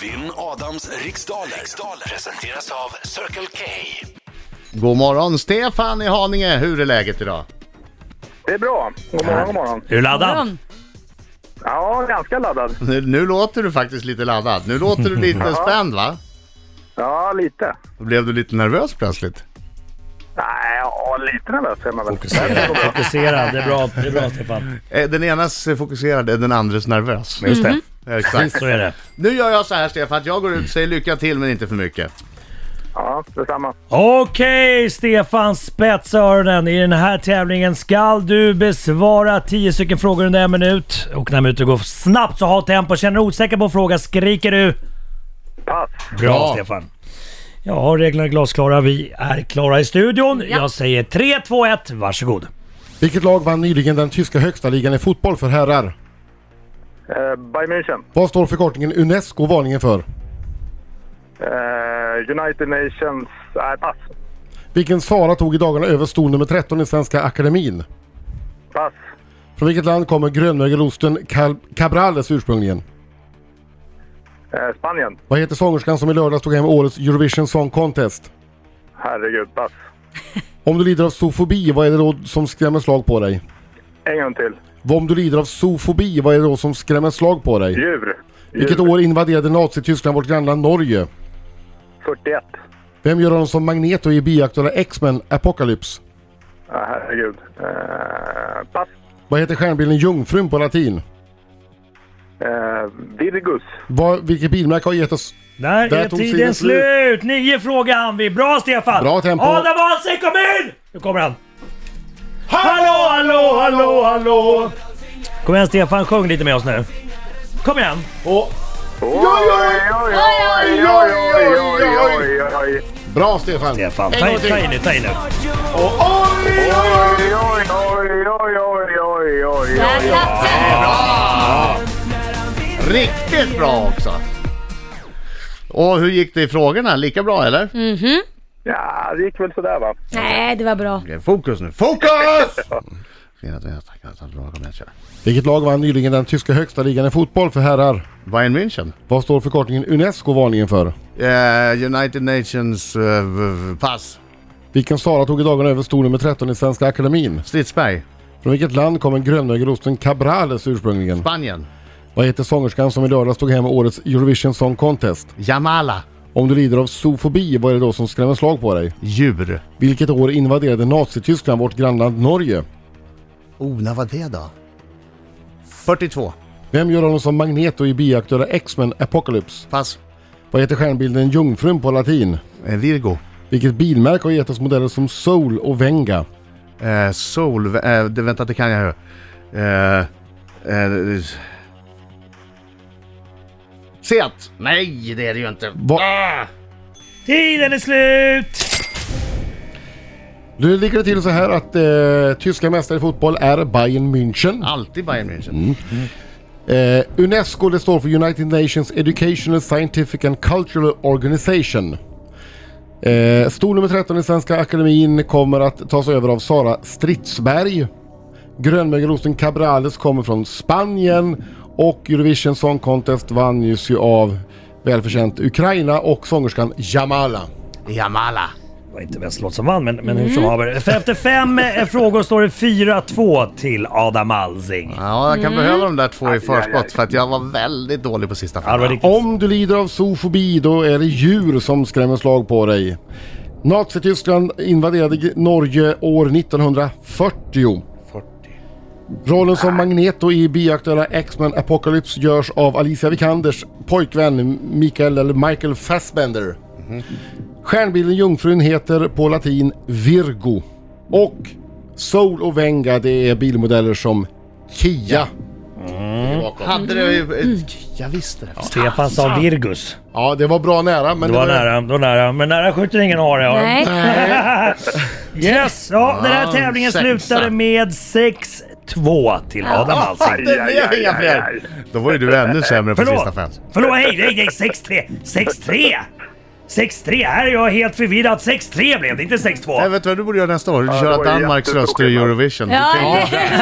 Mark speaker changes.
Speaker 1: Vinn Adams riksdaler. riksdaler presenteras av Circle K.
Speaker 2: God morgon Stefan i Haninge, hur är läget idag?
Speaker 3: Det är bra. God morgon, god morgon.
Speaker 4: Är du laddad?
Speaker 3: Ja, ganska laddad.
Speaker 2: Nu, nu låter du faktiskt lite laddad, nu låter du lite spänd va?
Speaker 3: Ja, lite.
Speaker 2: Då blev du lite nervös plötsligt.
Speaker 3: Nej, ja, lite nervös är man väl.
Speaker 4: Fokuserad. Fokuserad, det är bra, det är bra Stefan.
Speaker 2: Eh, Den enas eh, fokuserad är den andres nervös.
Speaker 4: Mm. Just det,
Speaker 2: Exakt.
Speaker 4: så är det.
Speaker 2: Nu gör jag så här Stefan, att jag går ut och säger lycka till men inte för mycket.
Speaker 3: Ja, detsamma.
Speaker 4: Okej Stefan, spetsa öronen. I den här tävlingen skall du besvara 10 stycken frågor under en minut. Och när minuten går snabbt så ha tempo. Känner du osäker på en fråga skriker du.
Speaker 3: Pass.
Speaker 2: Bra.
Speaker 4: Stefan. Ja, reglerna är glasklara. Vi är klara i studion. Jag säger 3, 2, 1, varsågod.
Speaker 5: Vilket lag vann nyligen den tyska högsta ligan i fotboll för herrar?
Speaker 3: Eh, Bayern München.
Speaker 5: Vad står förkortningen UNESCO varningen för?
Speaker 3: Eh, United Nations. Nej, pass.
Speaker 5: Vilken Sara tog i dagarna över stol nummer 13 i Svenska Akademin?
Speaker 3: Pass.
Speaker 5: Från vilket land kommer grönmögelosten Cal- Cabrales ursprungligen?
Speaker 3: Eh, Spanien.
Speaker 5: Vad heter sångerskan som i lördags tog hem årets Eurovision Song Contest?
Speaker 3: Herregud, pass.
Speaker 5: Om du lider av zoofobi, vad är det då som skrämmer slag på dig?
Speaker 3: En gång till.
Speaker 5: Om du lider av zoofobi, vad är det då som skrämmer slag på dig?
Speaker 3: Djur. Djur.
Speaker 5: Vilket år invaderade Nazityskland vårt grannland Norge?
Speaker 3: 41.
Speaker 5: Vem gör honom som Magneto i bioaktuella X-Men Apocalypse?
Speaker 3: Ja, herregud. Eh, pass.
Speaker 5: Vad heter stjärnbilden Jungfrun på latin?
Speaker 3: Eh, Virgus.
Speaker 5: Vad, vilket bilmärke har gett oss...
Speaker 4: Där,
Speaker 5: Där
Speaker 4: är
Speaker 5: tog
Speaker 4: tiden
Speaker 5: tiden slut.
Speaker 4: slut! Nio frågor hann vi. Bra Stefan!
Speaker 5: Bra tempo.
Speaker 4: Adam Alsing, kom in! Nu kommer han. Hallå, hallå, hallå, hallå! Kom igen Stefan, sjung lite med oss nu. Kom igen!
Speaker 3: Oj, oj, oj, oj, oj, oj, oj, oj, oj, oj.
Speaker 5: Bra Stefan!
Speaker 4: Stefan, ta, ta i nu, ta i nu.
Speaker 3: Oj, oj, oj, oj, oj, oj, oj.
Speaker 2: Riktigt bra också! Och hur gick det i frågorna? Lika bra eller?
Speaker 3: Mm. Ja, det gick väl sådär va?
Speaker 6: Nej, det var bra.
Speaker 2: Okej, Fokus nu, fokus! Fina, fina, tackar, tackar, bra, kom igen, kör.
Speaker 5: Vilket lag vann nyligen den tyska högsta ligan i fotboll för herrar?
Speaker 2: Bayern München.
Speaker 5: Vad står förkortningen UNESCO varningen för?
Speaker 2: Eh, United Nations eh, v- v- pass.
Speaker 5: Vilken Sara tog i dagarna över stol nummer 13 i Svenska Akademin?
Speaker 2: Stridsberg.
Speaker 5: Från vilket land kommer grönögelosten Cabrales ursprungligen?
Speaker 2: Spanien.
Speaker 5: Vad heter sångerskan som i lördags tog hem årets Eurovision Song Contest?
Speaker 2: Jamala.
Speaker 5: Om du lider av zoofobi, vad är det då som skrämmer slag på dig?
Speaker 2: Djur.
Speaker 5: Vilket år invaderade Nazityskland vårt grannland Norge?
Speaker 2: Oh, när var det då? 42.
Speaker 5: Vem gör honom som Magneto i bioaktuella X-Men Apocalypse?
Speaker 2: Pass.
Speaker 5: Vad heter stjärnbilden Jungfrun på latin?
Speaker 2: Eh, Virgo.
Speaker 5: Vilket bilmärke har gett oss modeller som Soul och Venga?
Speaker 2: Eh, sol. Eh, det, vänta, det kan jag ju. Eh, eh, Seat. Nej, det är det ju inte.
Speaker 5: Va-
Speaker 4: Tiden är slut!
Speaker 5: Nu ligger det till så här att eh, tyska mästare i fotboll är Bayern München.
Speaker 2: Alltid Bayern München.
Speaker 5: Eh, Unesco det står för United Nations Educational, Scientific and Cultural Organization. Eh, stol nummer 13 i Svenska Akademin kommer att tas över av Sara Stridsberg. Grönmögelosten Cabrales kommer från Spanien och Eurovision Song Contest vann just ju av välförtjänt Ukraina och sångerskan Jamala.
Speaker 2: Jamala.
Speaker 4: Det var inte bäst låt som vann, men, men hur som haver. För efter fem eh, frågor står det 4-2 till Adam Alsing.
Speaker 2: Ja, jag kan behöva de där två i
Speaker 3: aj, aj.
Speaker 2: förskott för att jag var väldigt dålig på sista
Speaker 4: Ja, det var
Speaker 2: frågan.
Speaker 4: riktigt.
Speaker 5: Om du lider av zoofobi då är det djur som skrämmer slag på dig. Nazityskland invaderade G- Norge år 1940.
Speaker 2: 40.
Speaker 5: Rollen som Magneto i bioaktuella X-Men Apocalypse görs av Alicia Vikanders pojkvän Mikael, eller Michael Fassbender.
Speaker 4: Mm-hmm.
Speaker 5: Stjärnbilden Jungfrun heter på latin Virgo. Och Soul och Venga det är bilmodeller som Kia.
Speaker 2: Hade det ju... Jag visste det.
Speaker 4: Stefan sa Virgus.
Speaker 5: Ja, det var bra nära men
Speaker 4: Det var nära, det var nära. Men nära skjuter ingen hare. har de.
Speaker 6: Nej.
Speaker 2: Eh,
Speaker 4: Yes! Ja, den här
Speaker 2: Ja,
Speaker 4: tävlingen
Speaker 2: sexa.
Speaker 4: slutade med 6-2 till Adam Alsing.
Speaker 2: Det blev inga fler. Då var ju du ännu sämre på
Speaker 4: Förlåt!
Speaker 2: sista fem.
Speaker 4: Förlåt, hej, nej, nej, 6-3! 6-3! 6-3, här är jag helt förvirrad. 6-3 blev det, inte 6-2.
Speaker 2: Nej, vet du vad du borde göra nästa år? Du
Speaker 3: det
Speaker 2: köra
Speaker 3: var ju
Speaker 2: Danmarks
Speaker 3: jättebra
Speaker 2: röster i
Speaker 3: skillnad.
Speaker 2: Eurovision.
Speaker 6: Ja,